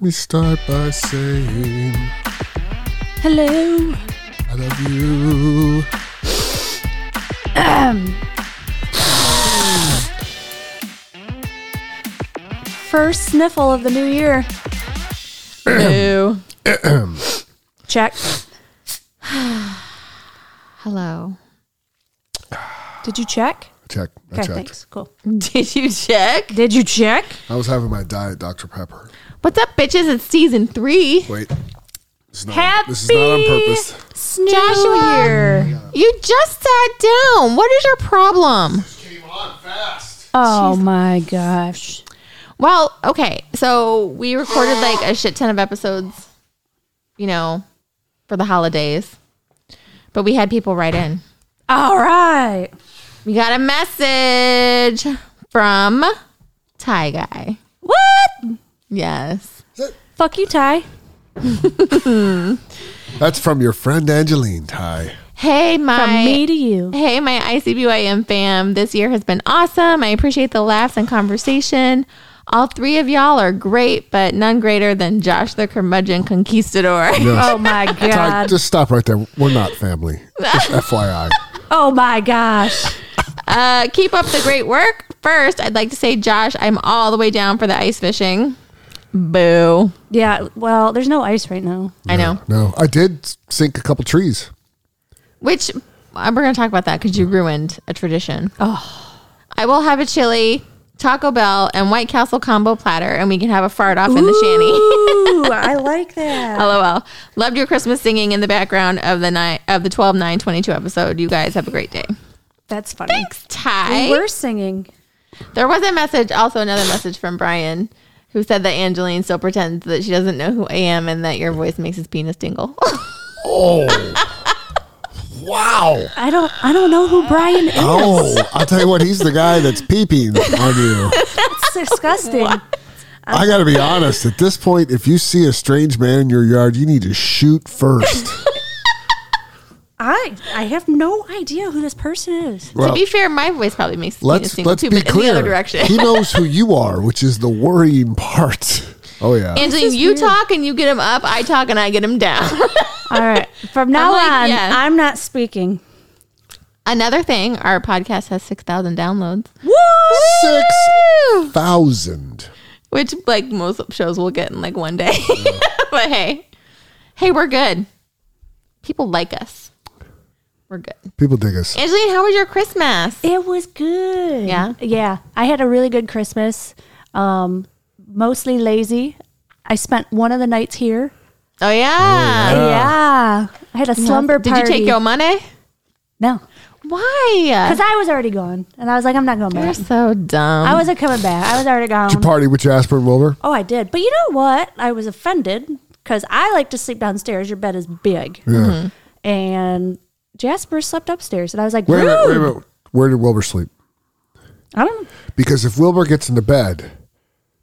me start by saying Hello. I love you. First sniffle of the new year. Hello. Check. Hello. Did you check? Check. I Okay, checked. thanks. Cool. Did you check? Did you check? I was having my diet Dr. Pepper. What's up, bitches? It's season three. Wait. This is not, this is not on Happy- purpose. Joshua, you just sat down. What is your problem? Came on fast. Oh my gosh. Well, okay. So we recorded like a shit ton of episodes, you know, for the holidays, but we had people write in. All right. We got a message from Thai Guy. What? Yes. Fuck you, Ty. That's from your friend Angeline, Ty. Hey, my From me to you. Hey, my ICBYM fam. This year has been awesome. I appreciate the laughs and conversation. All three of y'all are great, but none greater than Josh the curmudgeon conquistador. Oh my Ty, god. just stop right there. We're not family. Just FYI. Oh my gosh. Uh, keep up the great work. First, I'd like to say, Josh, I'm all the way down for the ice fishing. Boo. Yeah, well, there's no ice right now. I know. No, I did sink a couple trees. Which uh, we're going to talk about that because you ruined a tradition. Oh. I will have a chili, Taco Bell, and White Castle combo platter, and we can have a fart off in the shanty. Ooh, I like that. LOL. Loved your Christmas singing in the background of the night of the 12 9 22 episode. You guys have a great day. That's funny. Thanks, Ty. We were singing. there was a message, also another message from Brian, who said that Angeline still pretends that she doesn't know who I am and that your voice makes his penis tingle. Oh. wow. I don't I don't know who Brian is. Oh, I'll tell you what, he's the guy that's peeping on you. It's disgusting. I got to be honest. At this point, if you see a strange man in your yard, you need to shoot first. I I have no idea who this person is. Well, to be fair, my voice probably makes his penis let's tingle let's too, be but in clear. the other direction. he knows who you are, which is the worrying part. Oh yeah. Angeline, you talk and you get him up. I talk and I get him down. All right. From now like, on, yeah. I'm not speaking. Another thing, our podcast has 6,000 downloads, Six thousand. which like most shows will get in like one day. but hey, hey, we're good. People like us. We're good. People dig us. Angeline, how was your Christmas? It was good. Yeah? Yeah. I had a really good Christmas. Um, mostly lazy. I spent one of the nights here. Oh yeah. Uh. yeah. I had a slumber Did you party. take your money? No. Why? Because I was already gone. And I was like, I'm not going You're back. so dumb. I wasn't coming back. I was already Did you gone. party with Jasper and Wilbur? Oh, I did. But you know what? I was offended because I like to sleep downstairs. Your bed is big. Yeah. Mm-hmm. And Jasper slept upstairs. And I was like, Wait a minute, wait a "Rude." minute. Where did Wilbur sleep? I don't know. Because if Wilbur gets into bed,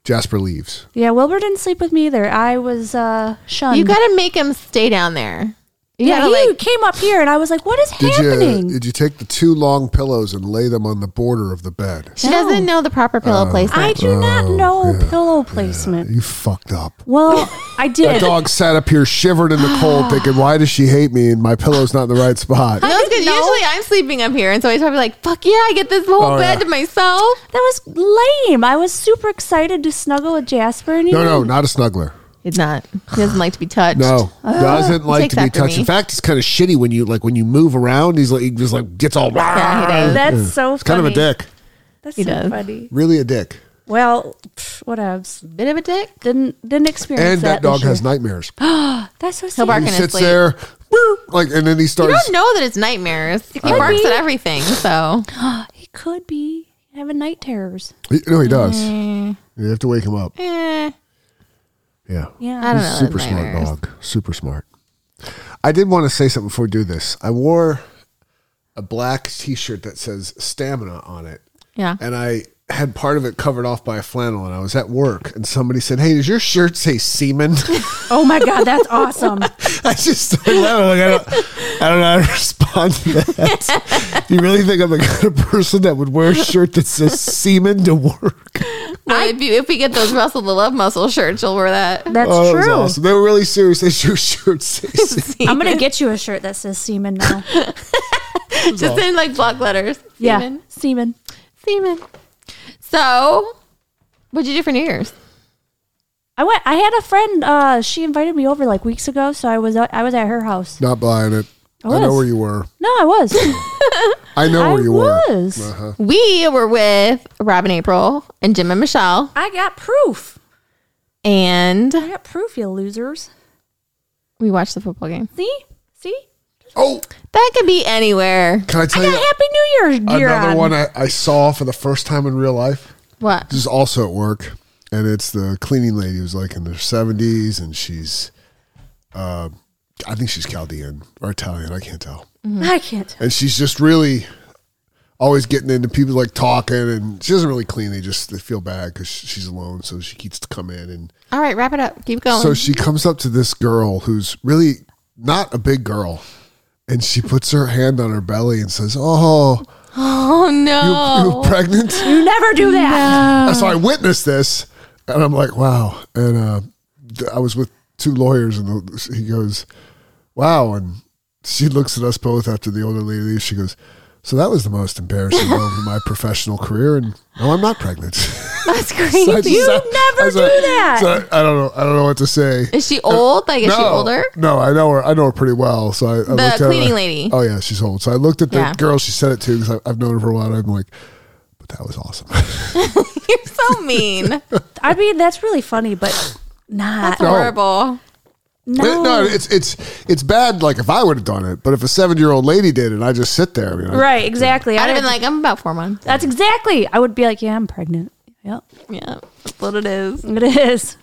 Jasper leaves. Yeah, Wilbur didn't sleep with me either. I was uh, shunned. you gotta make him stay down there. You yeah, gotta he like came up here, and I was like, "What is Did happening?" you uh, did you take the two long pillows and lay them on the border of the bed? she doesn't know the proper pillow Oh. placement. I do not know pillow placement. You fucked up. Well, I That did. dog sat up here shivering in the cold, thinking, "Why does she hate me?" And my pillow's not in the right spot. no, because usually I'm sleeping up here, and so he's probably like, "Fuck yeah, I get this whole Oh, bed yeah. to myself." That was lame. I was super excited to snuggle with Jasper, and he No, no, not a snuggler. He's not. He doesn't like to be touched. No, doesn't like Ah, takes to be after touched. me. In fact, it's kind of shitty when you like when you move around. He's like, he just like gets all. Yeah, he does. That's so funny. It's kind of a dick. That's He so does. funny. Really a dick. Well, pff, whatevs. Bit of a dick. Didn't didn't experience And that that. dog this has year. nightmares. That's so He'll bark sad. He in his sits sleep. there, "Woo," like, and then he You starts. don't know that it's nightmares. He could barks be. at everything. So He could be having night terrors. He- no, he Mm. does. You have to wake him up. eh, Yeah. Yeah. I don't know. He's super that's smart nightmares. dog. Super smart. I did want to say something before we do this. I wore a black T-shirt that says "Stamina" on it, Yeah. and I had part of it covered off by a flannel, and I was at work, and somebody said, "Hey, does your shirt say semen?" Oh my God, that's awesome. I just I don't, know, like, I don't, I don't know how to respond to that. Do you really think I'm the kind of person that would wear a shirt that says semen to work? Well, if, you, if we get those Russell the Love Muscle shirts, you'll wear that. That's Oh, that was true. awesome. They were really serious. They show shirts say semen. I'm going to get you a shirt that says semen now. Just in like block letters. yeah. Semen. Semen. Semen. So, what'd you do for New Year's? I went, I had a friend, uh, she invited me over like weeks ago. So I was, I was at her house. Not buying it. I, know was. where you were. No, I was. I know I where Oh, you were. Uh-huh. was. We were with Robin April and Jim and Michelle. I got proof. And I got proof, you losers. we watched the football game. See? See? Oh, That could be anywhere. can I I tell got you Happy New Year's gear another on. one I, I saw for the first time in real life? What? This is also at work, and it's the cleaning lady who's like in her seventies, and she's, uh, I think she's Chaldean or Italian. I can't tell, I can't tell. and she's just really always getting into people like talking, and she doesn't really clean. They just they feel bad because she's alone, so she keeps to come in, and All right, wrap it up. Oh, Keep going. so she comes up to this girl who's really not a big girl, and she puts her hand on her belly and says, "Oh, oh Uh. no. you pregnant." You never do that. so I witnessed this, and I'm like, wow. And uh, th- I was with two lawyers, and the, he goes, wow. And she looks at us both after the older lady leaves. She goes, so that was the most embarrassing moment of my professional career, and no, I'm not pregnant. That's So I crazy. just- never was do like- that. so I, I don't know. I don't know what to say. is she old? Like, is she older? No, I know her. I know her pretty well. So I, I the looked at her- cleaning lady. Oh yeah, she's old. So I looked at the Yeah. girl she said it to because I've known her for a while. And I'm like, but that was awesome. You're so mean. I mean, that's really funny, but not. That's horrible. It- No. no, it's it's it's bad. Like if I would have done it, but if a seven year old lady did it, I just sit there. you know. Right, exactly. I'd have didn't- been like, I'm about four months. that's exactly. I would be like, yeah, I'm pregnant. Yep. Yeah, that's what it is. It is.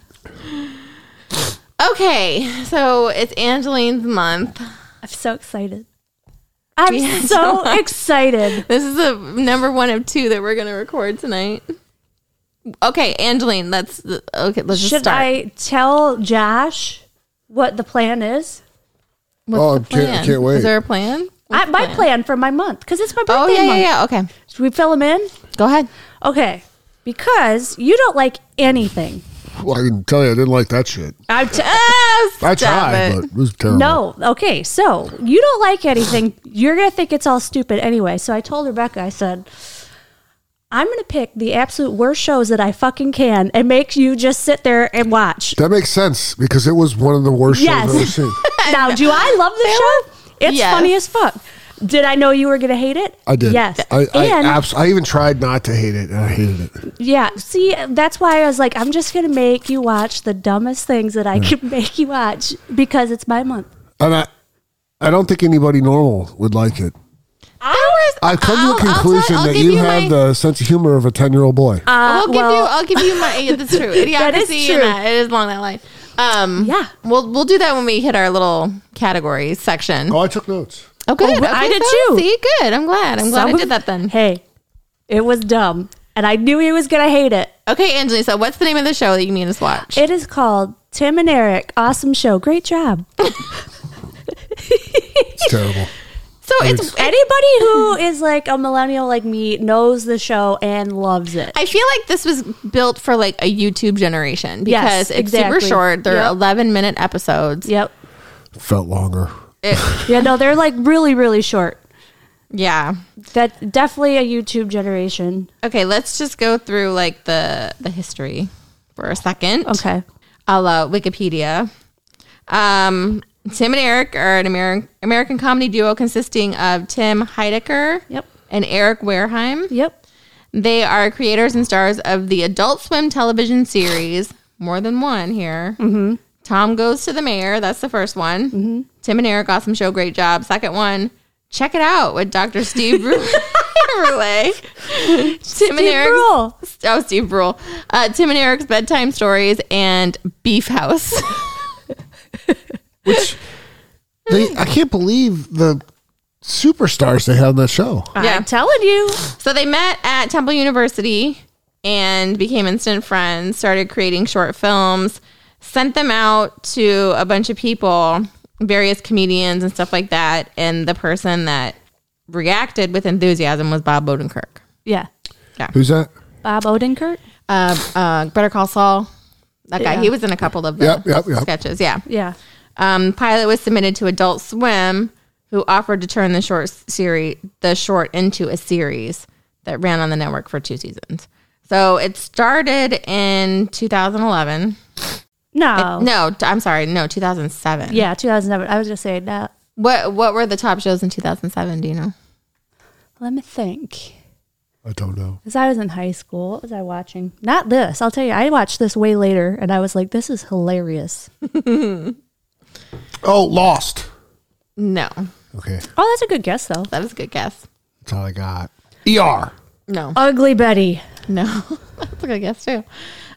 Okay, so it's Angeline's month. I'm so excited. I'm Yeah, so excited. This is the number one of two that we're going to record tonight. Okay, Angeline, let's okay. Let's just Should start. I tell Josh what the plan is? What's Oh, I the can't- I plan? can't wait. Is there a plan? I, my plan? for my month because it's my birthday Oh yeah, yeah, month. yeah. Okay, Should we fill him in? go ahead. Okay, because you don't like anything. Well, I can tell you, I didn't like that shit. I'm t- oh, I Stop tried, it. but it was terrible. no. Okay, so you don't like anything. You're gonna think it's all stupid anyway. So I told Rebecca. I said. I'm gonna pick the absolute worst shows that I fucking can and make you just sit there and watch. that makes sense because it was one of the worst Yes. shows I've ever seen. now, do I love the show? It's Yes. funny as fuck. Did I know you were going to hate it? I did. Yes. I I, and abs- I even tried not to hate it, and I hated it. yeah, see, that's why I was like, I'm just going to make you watch the dumbest things that I can make you watch because it's my month. And I, I don't think anybody normal would like it. I was. I've come I'll- to the I'll tell- conclusion I'll that give you, have my- Uh. the sense of humor of a ten year old boy. I'll give Uh, well- you. I'll give you my. Yeah, that's true. Idiocracy That is and true. that. It is along that line. Um, Yeah. We'll we'll do that when we hit our little categories section. oh, I took notes. Oh, good. well, I Okay, did so, too. See, good. I'm glad. I'm glad Some I of- did that then. Hey, it was dumb. And I knew he was going to hate it. Okay, Angelina. So, what's the name of the show that you mean to watch? It is called Tim and Eric. Awesome show. Great job. It's terrible. so it's. it- Anybody who is like a millennial like me knows the show and loves it. I feel like this was built for like a YouTube generation because Yes, it's exactly. super short. They're Yep. 11 minute episodes. Yep. Felt longer. It- Yeah, no, they're like really, really short. yeah. That definitely a YouTube generation. Okay, let's just go through like the the history for a second. Okay. a la Wikipedia. Um, Tim and Eric are an Ameri- American comedy duo consisting of Tim Heidecker Yep. and Eric Wareheim. Yep. They are creators and stars of the Adult Swim television series, more than one here. Mm-hmm. Tom Goes to the Mayor, that's the first one. Mm-hmm. Tim and Eric, awesome show, great job. Second one, Check It Out with Dr. Steve Roulet. Tim and Steve Eric's, Brule. Oh, Steve Brule. Uh, Tim and Eric's Bedtime Stories and Beef House. Which they, I can't believe the superstars they had on that show. Yeah. I'm telling you. So they met at Temple University and became instant friends, started creating short films, sent them out to a bunch of people, various comedians and stuff like that. And the person that reacted with enthusiasm was Bob Odenkirk. Yeah. Who's that? Bob Odenkirk. Uh, uh, Better Call Saul. That guy, Yeah. he was in a couple of the Yep, yep, yep. sketches. Yeah. Yeah. Um, pilot was submitted to Adult Swim, who offered to turn the short series the short into a series that ran on the network for two seasons. So it started in 2011. No. No, t- I'm sorry, no, 2007. Oh. Yeah, 2007. I was gonna say no. What what were the top shows in 2007? Do you know? Let me think. I don't know. Because I was in high school. What was I watching? Not this. I'll tell you. I watched this way later, and I was like, "This is hilarious." Oh, Lost. No, Okay, Oh, that's a good guess, though. that was a good guess. that's all I got. ER. No, Ugly Betty. no, that's a good guess too.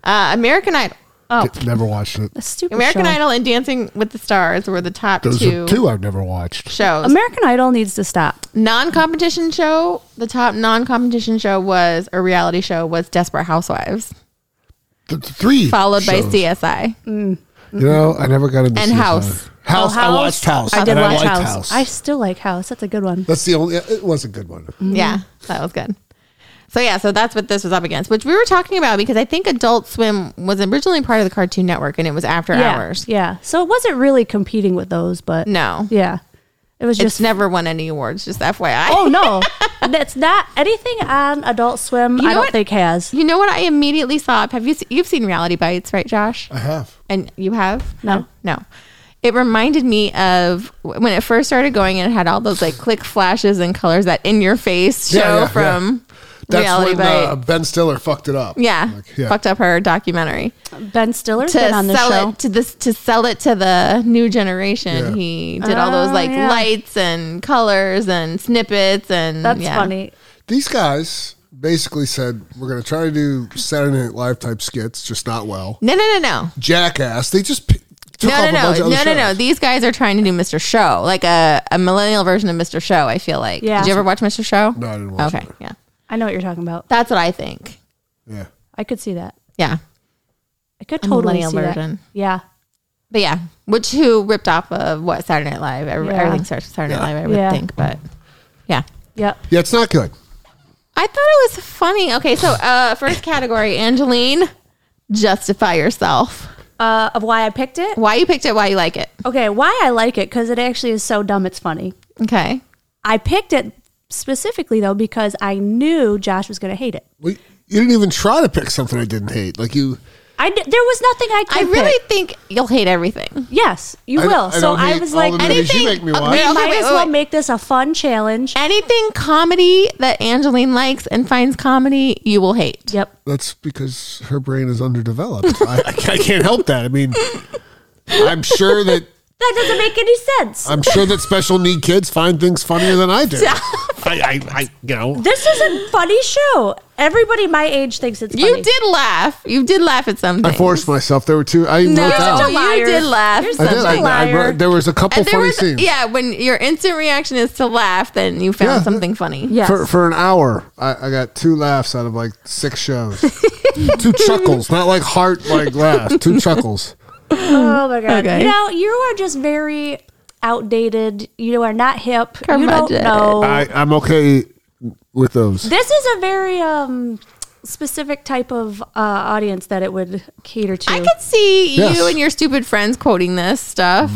Uh, American Idol, Did- never watched it. A stupid American show. Idol, and Dancing with the Stars were the top Those two, are two I've never watched. shows. American Idol needs to stop. non-competition show the top non-competition show was a reality show was desperate housewives Th- th- three. followed by shows. csi You know, I never got into And CSI. House. House. Oh, I House. watched House. I did and watch liked House. I still like House. That's a good one. That's the only. It was a good one. Mm-hmm. yeah that was good so yeah so that's what this was up against which we were talking about because i think adult swim was originally part of the cartoon network and it was after yeah. hours Yeah. So it wasn't really competing with those, but no yeah, it was it's just. never won any awards just fyi oh no, that's not anything on Adult Swim. know I don't what? think has. you know what i immediately saw have you se- you've seen reality bites right josh I have. And you have? No. No. It reminded me of w- when it first started going and it had all those like click flashes and colors that in your face show Yeah, yeah, yeah. from That's reality when bite. uh, Ben Stiller fucked it up. yeah, Like, yeah. Fucked up her documentary. Ben Stiller's To been on the sell show. it to this to sell it to the new generation. Yeah. He did all those Oh, like yeah. lights and colors and snippets and That's yeah. funny. These guys basically said we're going to try to do Saturday Night Live type skits, just not well. No, no, no, no. Jackass. They just p- took off No, no, a bunch no, of other no, no, no. shows. These guys are trying to do Mr. Show, like a, a millennial version of Mr. Show. I feel like. Yeah. Did you ever watch Mr. Show? No, I didn't watch Okay. it. Yeah. I know what you're talking about. That's what I think. Yeah. I could see that. Yeah. I could A totally millennial see that. version. Yeah. But yeah, which who ripped off of what Saturday Night Live? Every, Yeah. Everything starts with Saturday Night Live, I would Yeah. think. But yeah, Yep. Yeah, it's not good. I thought it was funny. Okay, so uh, first category, Angeline, justify yourself. Uh, of why I picked it. Why you picked it? Why you like it? Okay, why I like it because it actually is so dumb. It's funny. Okay, I picked it specifically though because I knew Josh was going to hate it. Well, you didn't even try to pick something I didn't hate. Like you, I d- there was nothing I I could. really pick. think you'll hate everything. yes, you I don't- will. I so don't I hate was all like, the I movies you anything- make me uh, watch. wait, okay, might wait, as wait, well wait. make this a fun challenge. Anything comedy that Angeline likes and finds comedy, you will hate. Yep. That's because her brain is underdeveloped. I, I can't- I can't help that. I mean, I'm sure that That doesn't make any sense. I'm sure that special need kids find things funnier than I do. I, I, I, you know, this is a funny show. Everybody my age thinks it's funny. You did laugh. You did laugh at something. I forced myself. There were two. I even No, wrote such a down. liar. you did laugh. You're I such did. a I, I liar. wrote, there was a couple And there funny was, scenes. yeah, when your instant reaction is to laugh, then you found Yeah. something funny. Yes. For, for an hour, I, I got two laughs out of like six shows. two chuckles, not like heart like laughs. Two chuckles. Oh my god. Mm, Okay. You know, you are just very outdated. You are not hip. You don't Curmudgeon. know. I, I'm okay with those. This is a very um specific type of uh, audience that it would cater to. I could see Yes. Mm. you and your stupid friends quoting this stuff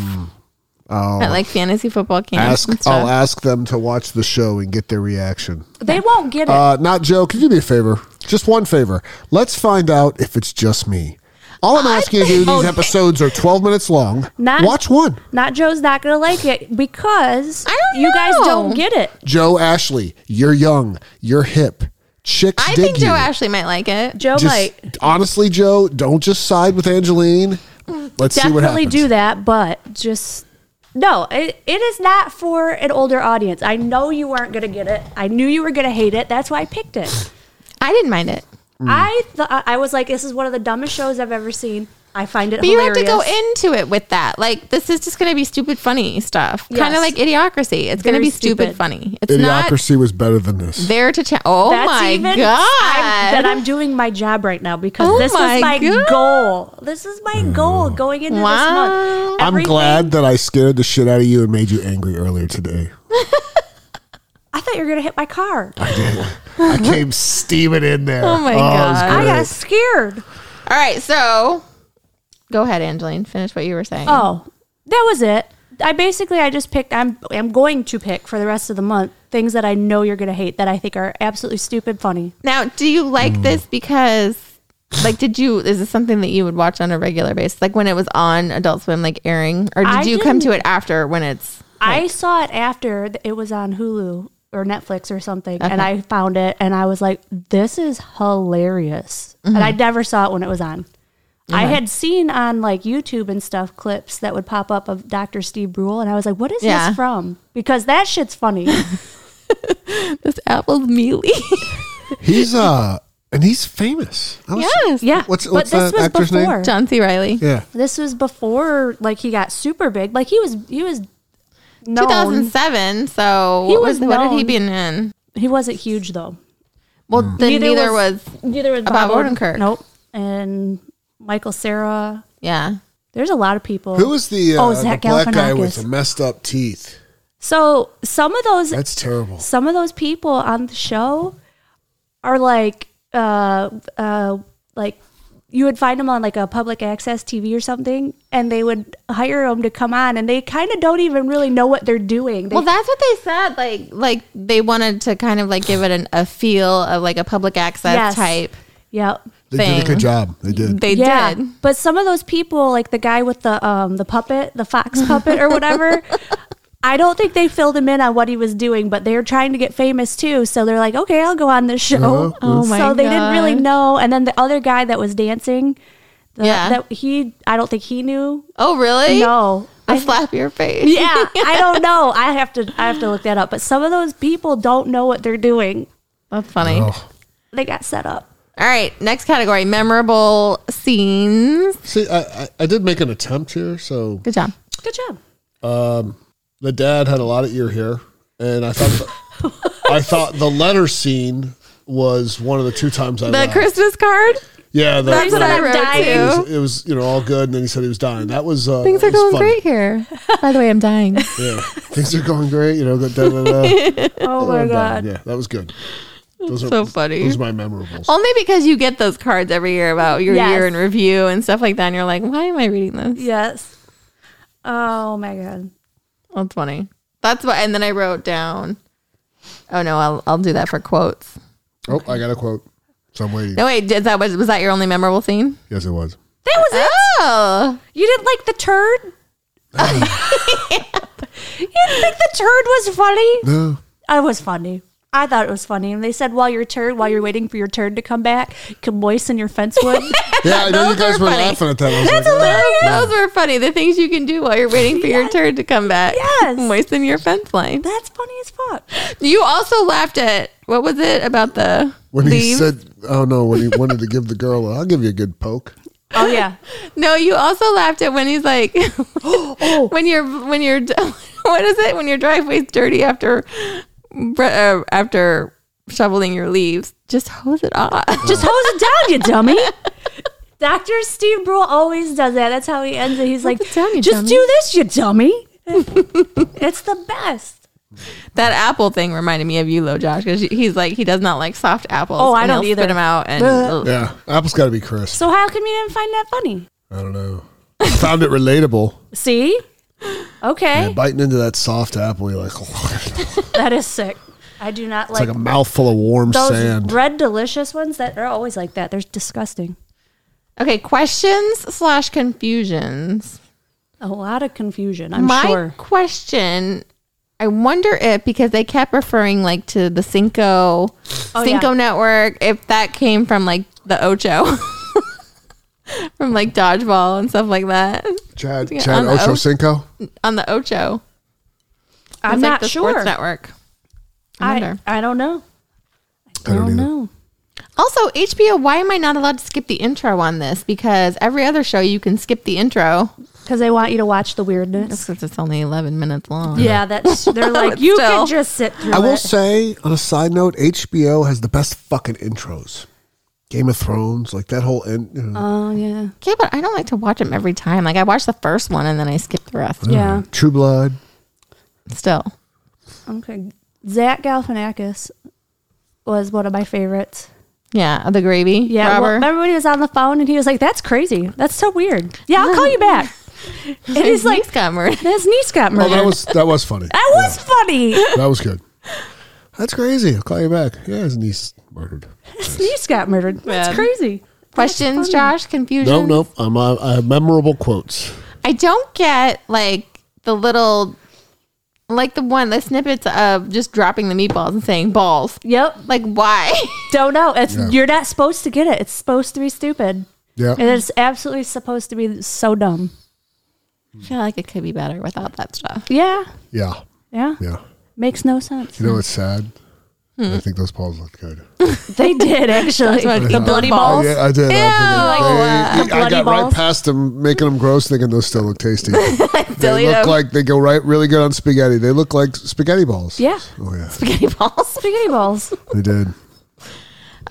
at like fantasy football camps. Oh. Ask. and I'll stuff. ask them to watch the show and get their reaction. they won't get it. Uh, not Joe. Could you do me a favor? Just one favor. Let's find out if it's just me. All I'm asking you to do. These Okay. episodes are 12 minutes long. Not- Watch one. not Joe's not gonna like it because I don't you guys know. don't get it. Joe Ashley, you're young, you're hip. Chicks I dig think you. Joe Ashley might like it. Joe Just- might honestly, Joe, don't just side with Angeline. Let's see what definitely happens. do that, but just no, it, it is not for an older audience. I know you weren't gonna get it. I knew you were gonna hate it. That's why I picked it. I didn't mind it. Mm. I th- I was like, this is one of the dumbest shows I've ever seen. I find it But you have hilarious. to go into it with that. Like, this is just going to be stupid, funny stuff. Kind Yes. of like idiocracy. It's going to Very be stupid, stupid. funny. It's not Idiocracy was better than this. there to cha- Oh That's my even god! I'm, that I'm doing my job right now because Oh this my was my God. Mm. goal. This is my goal going into this Wow. month. I'm Everything- glad that I scared the shit out of you and made you angry earlier today. I thought you were gonna hit my car. I came steaming in there. Oh my it was God. great. I got scared. All right, so go ahead, Angeline. Finish what you were saying. Oh, that was it. I basically I just picked. I'm I'm going to pick for the rest of the month things that I know you're gonna hate that I think are absolutely stupid funny. Now, do you Hmm. like this because, like, did you? Is this something that you would watch on a regular basis? Like when it was on Adult Swim, like airing, or did I you come to didn't- it after when it's? I saw it after th- it was on Hulu or Netflix or something, and I found it and I was like, "This is hilarious," and I never saw it when it was on. I had seen on like YouTube and stuff clips that would pop up of Dr. Steve Brule, and I was like, "What is Yeah. this from?" Because that shit's funny. This apple's mealy. He's uh, and he's famous. I was- yeah, What's- but what's this that was actor's name? before. John C. Riley. Yeah. This was before like he got super big. Like he was he was known. 2007. So He what was was what had he known. been in? He wasn't huge though. Well, Hmm. then neither, Neither was, was- Neither was Bob Bob, Odenkirk. Nope. And Michael Sarah. yeah. There's a lot of people. Who was the, uh, Oh, the Zach black guy with Galifianakis. the messed up teeth? So some of those That's terrible. some of those people on the show are like uh uh like you would find them on like a public access TV or something, and they would hire them to come on, and they kind of don't even really know what they're doing. They Well, that's what they said. Like, like they wanted to kind of like give it an, a feel of like a public access Yes. type. yep. They did thing. a good job. They did. They yeah, did. but some of those people, like the guy with the um the puppet, the fox puppet or whatever, I don't think they filled him in on what he was doing. But they're trying to get famous too, so they're like, okay, I'll go on this show. Uh-huh. Oh so my they didn't really God. know. And then the other guy that was dancing, the, Yeah. that he, I don't think he knew. Oh, really? No, I slap your face. yeah, I don't know. I have to, I have to look that up. But some of those people don't know what they're doing. That's funny. Oh. They got set up. All right, next category: memorable scenes. See, I, I, I did make an attempt here. So Good job. Good job. the dad had a lot of ear hair, and I thought the, I thought the letter scene was one of the two times I The laughed. Christmas card. yeah, the, That's what the- I wrote it dying. too. was, it was, you know all good, and then he said he was dying. That was uh, Things that are was going funny. great here. By the way, I'm dying. Yeah, things are going great. You know, da, da, da, da. Oh my I'm god. dying. Yeah, that was good. Those are so funny. Those are my memorables. Only because you get those cards every year about your Yes. year in review and stuff like that, and you're like, why am I reading this? Yes. Oh my god. That's funny. That's what. And then I wrote down. Oh no, I'll I'll do that for quotes. Oh, I got a quote. So I'm waiting. No wait, is that was was that your only memorable scene? Yes, it was. That was it. Oh, You didn't like the turd? you didn't think the turd was funny? No, It was funny. I thought it was funny. And they said while you're turd, while you're waiting for your turd to come back, you can moisten your fence wood. yeah, I know you Those guys are were funny. laughing at that. I was That's like, those were funny. The things you can do while you're waiting for your turn to come back. Yes. moisten your fence line. That's funny as fuck. You also laughed at what was it about the when he leaves? said, "Oh no," when he wanted to give the girl, "I'll give you a good poke." Oh yeah. no, you also laughed at when he's like, when you're when you're what is it when your driveway's dirty after br- uh, after shoveling your leaves? Just hose it off. Just hose it down, you dummy. Dr. Steve Brule always does that. That's how he ends it. He's like, it down, you just dummy." do this, you dummy. it's the best. that apple thing reminded me of you, Lo Josh, because he's like he does not like soft apples. Oh, I and don't he'll either. Spit them out and Bleh. Yeah, apple's got to be crisp. So how come you didn't find that funny? I don't know. I found it relatable. See? Okay. Yeah, biting into that soft apple, you're like, it's That is sick. I do not like, like a mouthful of warm those sand. red delicious ones that are always like that. They're disgusting. okay, questions slash confusions. A lot of confusion, I'm My sure. question, I wonder if because they kept referring like to the Cinco, Oh, Cinco yeah. Network, if that came from like the Ocho, from like dodgeball and stuff like that Chad, Yeah, Chad on the Ocho oak. Cinco. on the Ocho. I'm It's, like, not the sure. Sports Network. I I, wonder. I don't know. I I don't don't either. know. Also, HBO, why am I not allowed to skip the intro on this? Because every other show you can skip the intro. because they want you to watch the weirdness. Since it's only 11 minutes long. Yeah, that's they're like you Still. can just sit through I will it. say, on a side note, HBO has the best fucking intros. Game of Thrones, like that whole end. You know, Oh yeah, Okay, but I don't like to watch them every time. Like, I watch the first one and then I skip the rest. yeah. True Blood. Still. Okay, Zach Galifianakis was one of my favorites. Yeah, the gravy. Yeah, well, robber. remember when he was on the phone and he was like, "That's crazy. That's so weird." Yeah, I'll call you back. And he's His like, niece got murdered. "His niece got Oh, murdered." that was that was funny. that was funny. Yeah, that was good. That's crazy. I'll call you back. Yeah, his niece murdered. His niece got murdered. That's Man. crazy. Questions, funny. Josh? Confusion? No, no, I'm uh, I have memorable quotes. I don't get like the little, like the one, the snippets of just dropping the meatballs and saying balls. Yep. Like, why? Don't know. It's Yeah. you're not supposed to get it. It's supposed to be stupid. Yeah, And it's absolutely supposed to be so dumb. I feel like it could be better without that stuff. Yeah. yeah, Yeah. yeah. Makes no sense. You know what's sad? Hmm. I think those balls look good. They did actually. what- The bloody Oh, balls? yeah, I did. I, Ew. think they- I Bloody got right balls. past them, making them gross, thinking those still look tasty. they Delete look them. like they go right really good on spaghetti. They look like spaghetti balls. Yeah. Oh yeah, Spaghetti balls. Spaghetti balls. they did.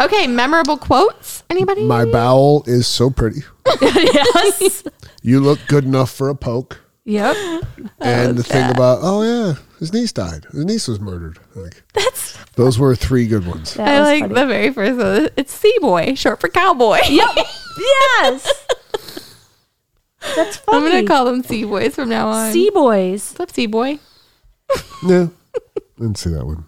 Okay, memorable quotes. Anybody? My bowel is so pretty. yes. You look good enough for a poke. Yep. And the thing about oh yeah, his niece died. His niece was murdered. Like That's. those were three good ones. That I was like funny. the very first one. It's Sea Boy, short for cowboy. Yep. Yes. That's I'm funny. gonna call them Sea Boys from now on. Sea Boys. What's up, Sea Boy? Yeah, didn't see that one.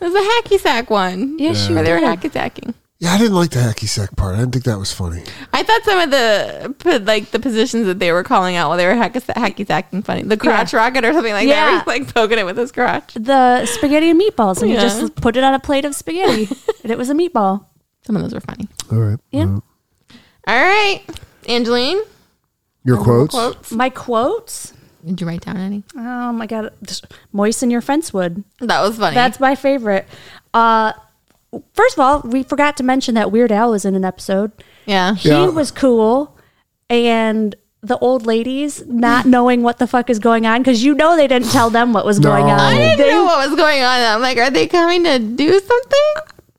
There's a hacky sack one. Yes, Where you they were did. hacky sacking. Yeah, I didn't like the hacky sack part. I didn't think that was funny. I thought some of the p- like the positions that they were calling out while they were hacky, hacky sacking funny. The crotch rocket or something like that. Where Yeah. he's like poking it with his crotch. The spaghetti and meatballs, and Yeah. he just put it on a plate of spaghetti, and it was a meatball. Some of those were funny. All right. Yeah. Well, All right, Angeline, Your quotes. quotes. My quotes. Did you write down any? Oh my god! Just Moisten your fence wood. That was funny. That's my favorite. Uh, first of all, we forgot to mention that Weird Al was in an episode. yeah. He Yeah. was cool, and the old ladies not knowing what the fuck is going on because you know they didn't tell them what was No. going on. I I didn't They know what was going on. I'm like, are they coming to do something?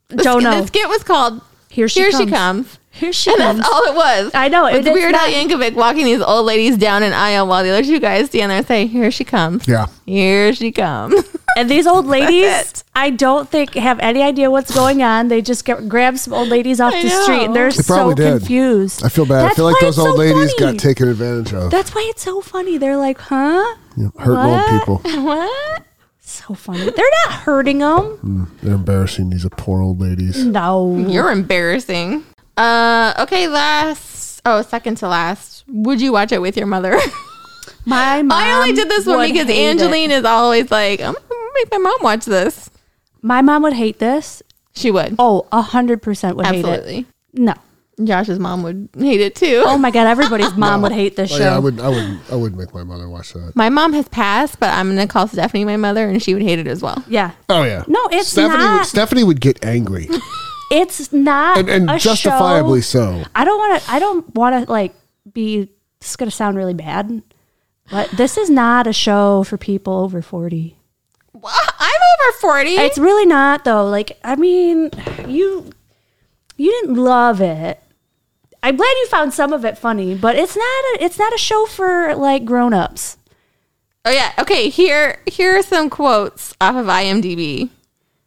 The Don't sk- know. The skit was called Here she Here comes. She Comes. Here she And comes. that's all it was. I know, It's it- it's Weird not- Al Yankovic walking these old ladies down an aisle while the other two guys stand there and say, Here she comes. Yeah. Here she comes. And these old That's ladies, I don't think have any idea what's going on. They just get, grab some old ladies off I the know. street. and They're They so probably did. confused. I feel bad. I That's feel like why those it's old so ladies funny. got taken advantage of. That's why it's so funny. They're like, huh? Yeah, hurting old What? people. what? So funny. They're not hurting them. They're embarrassing these poor old Mm, ladies. No. You're embarrassing. Uh okay, last oh, second to last. Would you watch it with your mother? My mom. I only did this one would because hate it. Angeline is always like, I'm gonna make my mom watch this. My mom would hate this. She would. Oh, 100% would hate Absolutely. it. No. Josh's mom would hate it too. Oh my God. Everybody's mom would hate this Like, show. Oh, yeah, I would. I would. I would make my mother watch that. My mom has passed, but I'm gonna call Stephanie my mother, and she would hate it as well. yeah. Oh yeah. No, it's Stephanie Would, not. Stephanie would get angry, It's not. and, and a justifiably so. show. I don't want to. I don't want to like be. This is gonna sound really bad, but this is not a show for people over forty. Wha- I'm over forty. It's really not though. Like I mean, you you didn't love it. I'm glad you found some of it funny, but it's not a it's not a show for like grown ups. oh yeah. Okay. Here, here are some quotes off of IMDb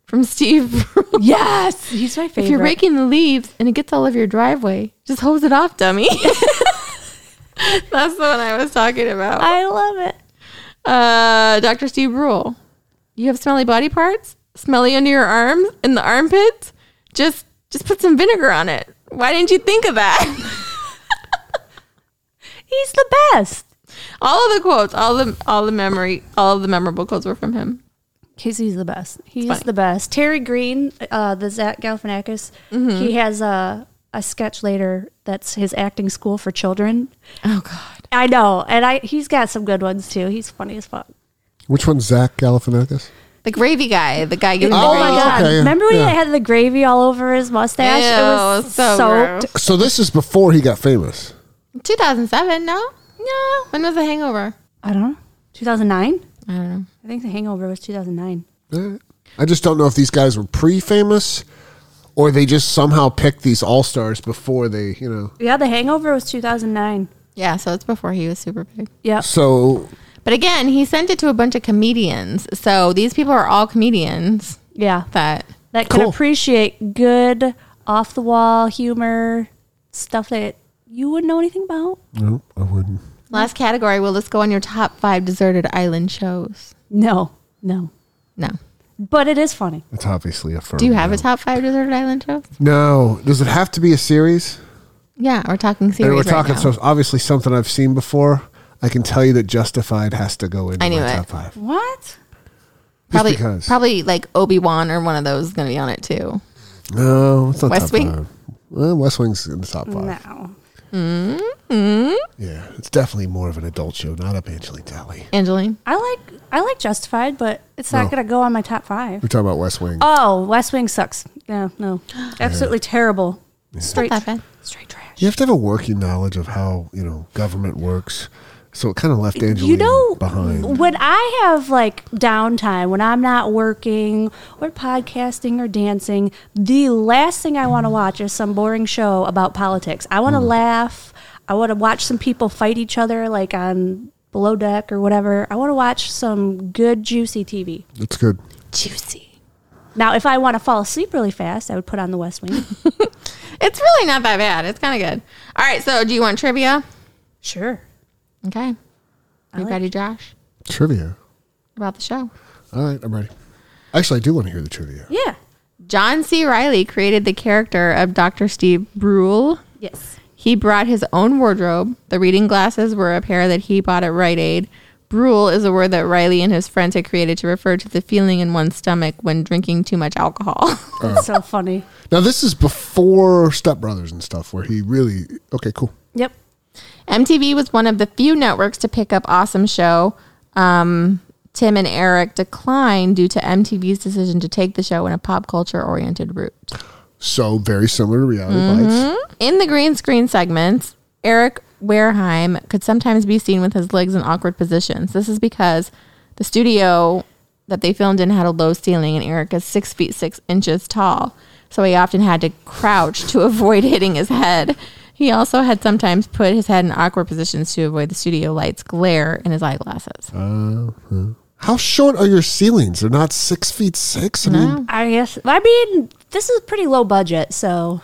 from Steve. Yes, he's my favorite. if you're raking the leaves and it gets all over your driveway, just hose it off, dummy. That's the one I was talking about. I love it. Uh, Dr. Steve Rule, you have smelly body parts, smelly under your arms and the armpits. Just, just put some vinegar on it. Why didn't you think of that? He's the best. All of the quotes, all the all the memory, all of the memorable quotes were from him. Casey's the best. He's funny. the best. Terry Green, uh, the Zach Galifianakis, he has a a sketch later that's his acting school for children. Oh God, I know, and I he's got some good ones too. He's funny as fuck. Which one's Zach Galifianakis? the, The gravy guy, the guy getting Oh the my gravy. god! okay, Remember when yeah. he had the gravy all over his mustache? it Ew, was so soaked. gross. So this is before he got famous. 2007, no? No. When was The Hangover? I don't know. 2009. I don't know. I think The Hangover was 2009. Mm. Eh. I just don't know if these guys were pre-famous or they just somehow picked these all-stars before they, you know. Yeah, The Hangover was 2009. Yeah, so it's before he was super big. Yep. So But again, he sent it to a bunch of comedians. So these people are all comedians Yeah, that that can Cool. appreciate good off the wall humor stuff that you wouldn't know anything about. no, I wouldn't. last category will just go on your top five deserted island shows. No, no. No. But it is funny. It's obviously a firm. Do you have a top five deserted island shows? No. Does it have to be a series? Yeah, we're talking series. and we're right talking now. so it's obviously something I've seen before. I can tell you that Justified has to go into I knew my it. top five. Just What? probably because. probably like Obi Wan or one of those is gonna be on it too. no, it's not West top Wing? five. Well, West Wing's in the top five. No. Yeah, it's definitely more of an adult show, not a Angeline Talley. Angeline. I like I like Justified, but it's not No. gonna go on my top five. We're talking about West Wing. Oh, West Wing sucks. Yeah, no, absolutely terrible. Straight, Not that bad. straight trash. you have to have a working knowledge of how you know government works. So it kind of left Angeline you know, behind. when I have like downtime, when I'm not working or podcasting or dancing, the last thing I want to watch is some boring show about politics. I want to laugh. I want to watch some people fight each other, like on Below Deck or whatever. I want to watch some good, juicy TV. It's good. Juicy. Now, if I want to fall asleep really fast, I would put on The West Wing. It's really not that bad. It's kinda good. All right, so do you want trivia? sure. Okay. You like- ready, Josh? Trivia. About the show. All right, I'm ready. Actually, I do want to hear the trivia. Yeah. John C. Riley created the character of Dr. Steve Brule. Yes. He brought his own wardrobe. The reading glasses were a pair that he bought at Rite Aid. Brule is a word that Riley and his friends had created to refer to the feeling in one's stomach when drinking too much alcohol. That's so funny. Now this is before Step Brothers and stuff, where he really okay, cool. Yep. MTV was one of the few networks to pick up Awesome Show. Um, Tim and Eric declined due to MTV's decision to take the show in a pop culture oriented route. So very similar to Reality Bites. In the green screen segments, Eric Wareheim could sometimes be seen with his legs in awkward positions. This is because the studio that they filmed in had a low ceiling, and Eric is six feet six inches tall, so he often had to crouch to avoid hitting his head. He also had sometimes put his head in awkward positions to avoid the studio lights glare in his eyeglasses. How short are your ceilings? They're not six feet six. I mean, I guess. I mean, this is pretty low budget, so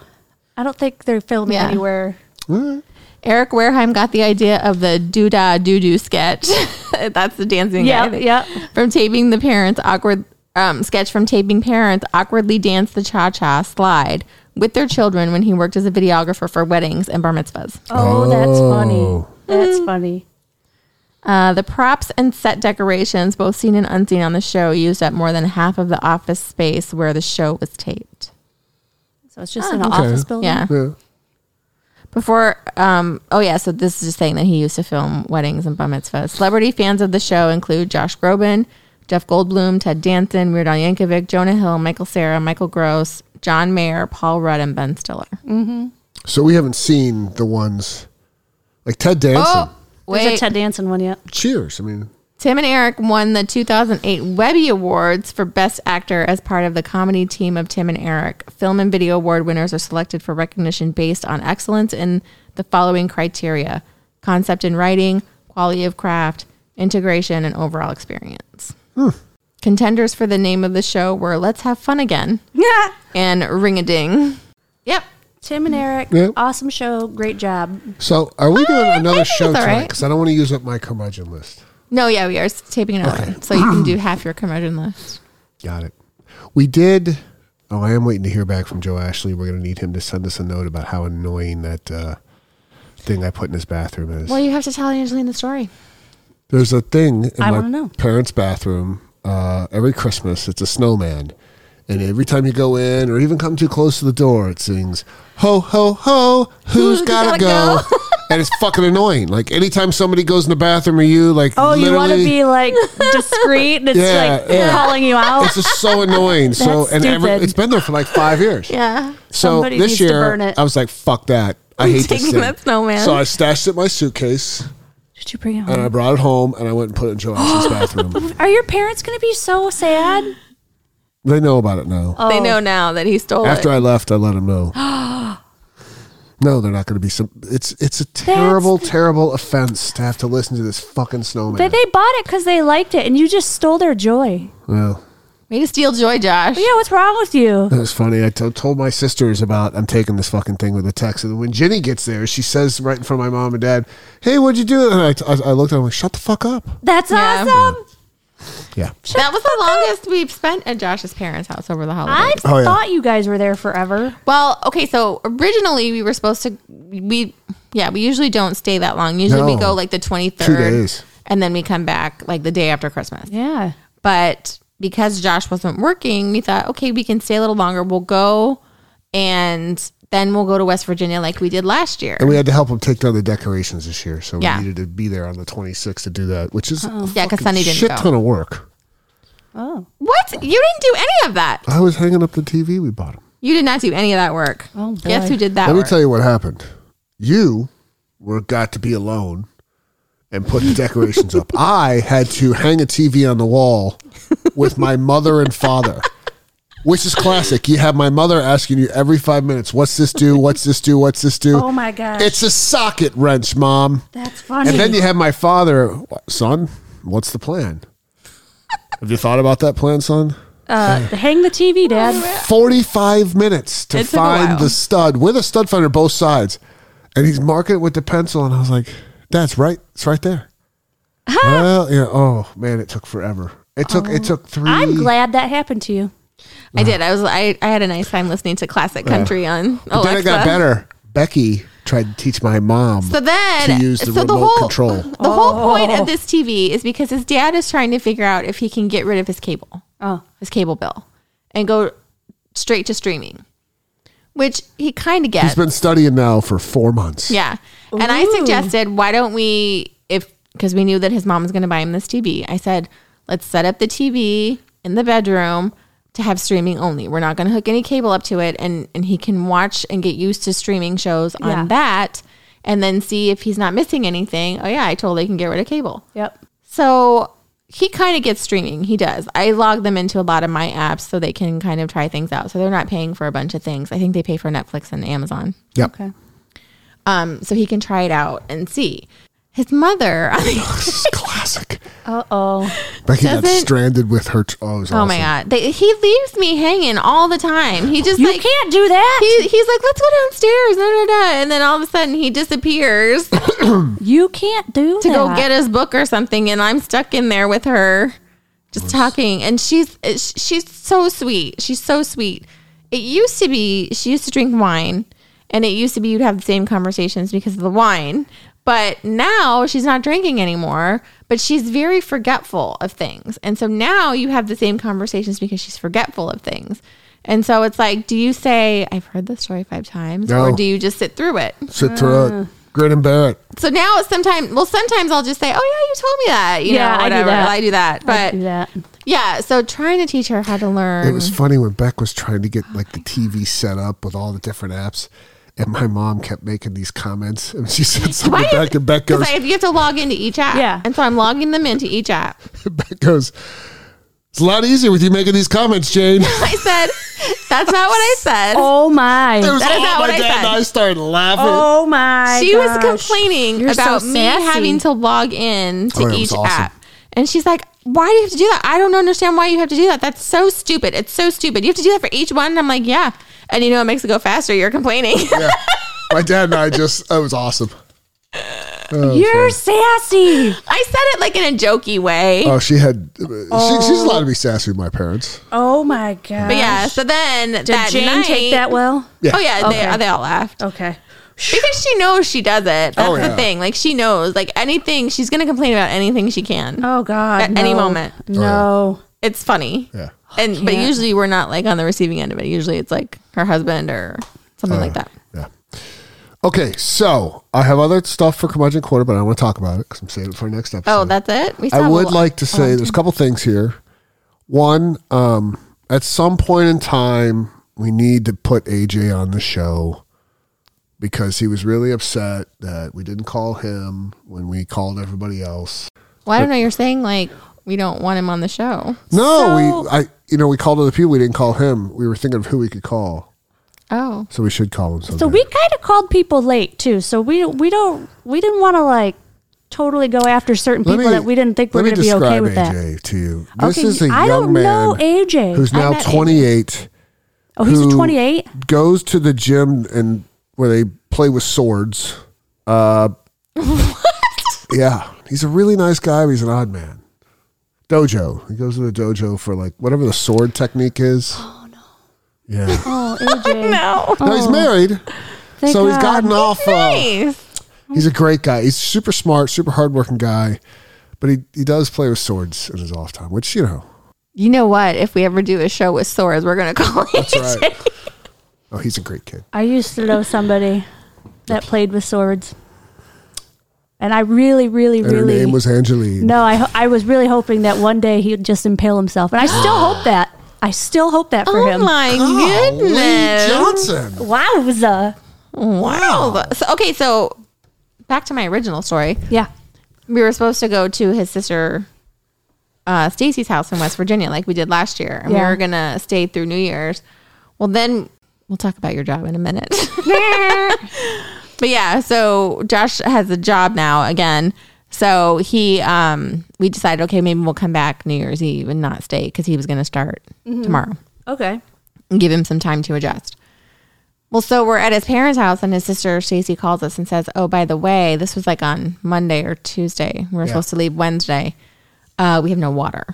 I don't think they're filming Yeah. anywhere. eh, Eric Wareheim got the idea of the doo dah doo doo sketch. That's the dancing Yeah, guy. that- yeah. From taping the parents awkward um, sketch from taping parents awkwardly dance the cha cha slide with their children when he worked as a videographer for weddings and bar mitzvahs. Oh, that's funny. Oh. That's funny. Uh, the props and set decorations, both seen and unseen on the show, used up more than half of the office space where the show was taped. So it's just an office building. Yeah. yeah. Before, um, oh yeah, so this is just saying that he used to film weddings and bar mitzvahs. Celebrity fans of the show include Josh Groban, Jeff Goldblum, Ted Danson, Weird Al Yankovic, Jonah Hill, Michael Sarah, Michael Gross, John Mayer, Paul Rudd, and Ben Stiller. So we haven't seen the ones like Ted Danson. Oh, There's a wait. Ted Danson one yet. Cheers. I mean, Tim and Eric won the 2008 Webby Awards for Best Actor as part of the comedy team of Tim and Eric. Film and Video Award winners are selected for recognition based on excellence in the following criteria concept in writing, quality of craft, integration, and overall experience. Contenders for the name of the show were Let's Have Fun Again Yeah. and Ring a Ding. Yep. Tim and Eric, Yeah. awesome show. Great job. so are we doing Oh, I another think it's show all tonight? right. Because I don't want to use up my curmudgeon list. No, yeah, we are taping another one. So you can do half your curmudgeon list. Got it. We did. Oh, I am waiting to hear back from Joe Ashley. We're going to need him to send us a note about how annoying that uh, thing I put in his bathroom is. Well, you have to tell Angeline the story. There's a thing in I my wanna know. parents' bathroom uh, every Christmas. It's a snowman. And every time you go in or even come too close to the door, it sings, Ho, ho, ho, who's Who's gotta, gotta go? and it's fucking annoying. Like anytime somebody goes in the bathroom or you, like, Oh, you want to literally- be like discreet and it's Yeah, like yeah. calling you out. It's just so annoying. so That's and every, stupid. it's been there for like five years. Yeah. So Somebody this needs to burn year it. I was like, fuck that. I hate this taking thing. that snowman. So I stashed it in my suitcase Did you bring it and home? I brought it home and I went and put it in Joe Ash's bathroom. Are your parents going to be so sad? They know about it now. They know now that he stole After it. I left, I let them know. No, they're not going to be some. It's it's a terrible, terrible offense to have to listen to this fucking snowman. But they bought it because they liked it and you just stole their joy. yeah. Way to steal joy, Josh. Yeah, what's wrong with you? It was funny. I to- told my sisters about I'm taking this fucking thing with a text, and then when Jenny gets there, she says right in front of my mom and dad, "Hey, what'd you do?" And I, I, I looked at her, I'm like, "Shut the fuck up." That's Yeah. awesome. Yeah. That was the longest we've spent at Josh's parents' house over the holidays. I Oh, yeah. thought you guys were there forever. Well, okay, so originally we were supposed to we yeah, we usually don't stay that long. Usually we No. go like the 23rd Two days. and then we come back like the day after Christmas. Yeah. But because Josh wasn't working, we thought, okay, we can stay a little longer. We'll go and then we'll go to West Virginia like we did last year. And we had to help them take down the decorations this year, so Yeah. we needed to be there on the 26th to do that, which is a Yeah, 'cause Sunny didn't shit go. ton of work. Oh. What? You didn't do any of that. I was hanging up the TV we bought 'em. You did not do any of that work. Oh, boy. Guess who did that Let me work? tell you what happened. You were got to be alone and put the decorations up. I had to hang a TV on the wall with my mother and father, which is classic. You have my mother asking you every five minutes, "What's this do? What's this do? What's this do?" Oh my gosh. It's a socket wrench, mom. That's funny. And then you have my father, son. What's the plan? Have you thought about that plan, son? uh, hang the TV, Dad. 45 minutes to It took a find while. the stud with a stud finder both sides. And he's marking it with the pencil. And I was like, that's right. It's right there. well, yeah. Oh, man, it took forever. It took, Oh. it took three. I'm glad that happened to you. I Uh-huh. did. I was I, I had a nice time listening to classic country on Alexa. But then it got better. Becky tried to teach my mom. So then, to use the so remote control. the whole point of this TV is because his dad is trying to figure out if he can get rid of his cable, Oh. his cable bill, and go straight to streaming, which he kind of he's gets. been studying now for four months. yeah, and I Ooh. suggested, why don't we, if because we knew that his mom was going to buy him this TV, I said, let's set up the TV in the bedroom to have streaming only. We're not going to hook any cable up to it, and and he can watch and get used to streaming shows on Yeah. that. And then see if he's not missing anything. Oh yeah, I totally can get rid of cable. Yep. So he kind of gets streaming. He does. I log them into a lot of my apps so they can kind of try things out. So they're not paying for a bunch of things. I think they pay for Netflix and Amazon. Yep. Okay. Um, so he can try it out and see. His mother, I mean, oh This is classic. Uh oh. Becky got Doesn't- stranded with her. Oh, it was oh awesome. my god, they, he leaves me hanging all the time. He just You like can't do that. he, he's like, let's go downstairs, da, da, da. and then all of a sudden he disappears to you can't do that. go get his book or something, and I'm stuck in there with her, just talking. And she's uh, she's so sweet. She's so sweet. It used to be she used to drink wine, and it used to be you'd have the same conversations because of the wine. But now she's not drinking anymore. But she's very forgetful of things, and so now you have the same conversations because she's forgetful of things. And so it's like, do you say, I've heard this story five times, or No. do you just sit through it? Sit through Mm. it. Grin and bear it. so now sometimes well sometimes i'll just say oh yeah you told me that you Yeah, I know do whatever that. i do that but do that. yeah so trying to teach her how to learn It was funny when Beck was trying to get like the TV set up with all the different apps, and my mom kept making these comments, and she said something Why back, is- and Beck 'cause goes, I, you have to log into each app Yeah. and so i'm logging them into each app Beck goes, it's a lot easier with you making these comments, Jane. That i said that's not what i said Oh my. was That is all not my what I dad and said. I started laughing. Oh my. she was gosh. complaining You're so about me sassy. having to log in to Oh, it was each awesome. app. And she's like, why do you have to do that? I don't understand why you have to do that. That's so stupid. It's so stupid. You have to do that for each one. And I'm like, yeah. And you know, it makes it go faster. You're complaining. Yeah. My dad and I just, that was awesome. Oh, You're sassy. I said it like in a jokey way. Oh, she had, She, she's allowed to Oh. be sassy with my parents. Oh my god. but yeah, so then Did that Oh. Jane night, take that well? Yeah. Oh yeah, Okay. they they all laughed Okay. because she knows she does it. That's Oh, yeah. the thing. Like she knows, like anything, she's gonna complain about anything she can. Oh god. At any no. moment. Oh, No. It's funny. Yeah. And but Can't. usually Oh, we're not like on the receiving end of it. Usually it's like her husband or something like that. Yeah. Okay, so I have other stuff for curmudgeon quarter, but I don't want to talk about it because I'm saving it for our next episode. Oh, that's it. We still I have a would lo- like to say there's a couple things here. One, um, at some point in time, we need to put AJ on the show because he was really upset that we didn't call him when we called everybody else. Well, I don't know. You're saying like we don't want him on the show. No, So- we I you know we called other people. We didn't call him. We were thinking of who we could call, Oh, so we should call him. Someday. So we kind of called people late too. So we we don't we didn't want to like totally go after certain people that we didn't think were let me going to be okay describe with that. AJ to you. This okay, is a I young don't know man AJ. who's I now met AJ. 28. oh, he's who- 28. goes to the gym and where they play with swords. Uh, what? Yeah, he's a really nice guy, but he's an odd man. Dojo. He goes to the dojo for like whatever the sword technique is. Oh no. Yeah. Oh, AJ. no. No, he's married, Thank so he's God. gotten off. Uh, Nice. he's a great guy. He's super smart, super hardworking guy, but he he does play with swords in his off time, which you know. You know what? If we ever do a show with swords, we're gonna call it. That's right. Oh, he's a great kid. I used to know somebody that played with swords, and I really, really, And really her name was Angeline. no. I ho- I was really hoping that one day he'd just impale himself, and I still hope that. I still hope that for Oh him. my Golly, goodness! Johnson. Wowza! Wow. So, okay, so back to my original story. Yeah. We were supposed to go to his sister uh, Stacy's house in West Virginia, like we did last year, and we Yeah. were gonna stay through New Year's. Well, then we'll talk about your job in a minute. but yeah, so Josh has a job now again. So he, um, we decided, okay, maybe we'll come back New Year's Eve and not stay because he was gonna start tomorrow Okay. and give him some time to adjust. Well, so we're at his parents' house, and his sister Stacy calls us and says, "Oh, by the way, this was like on Monday or Tuesday. We were supposed to leave Wednesday. Uh, we have no water,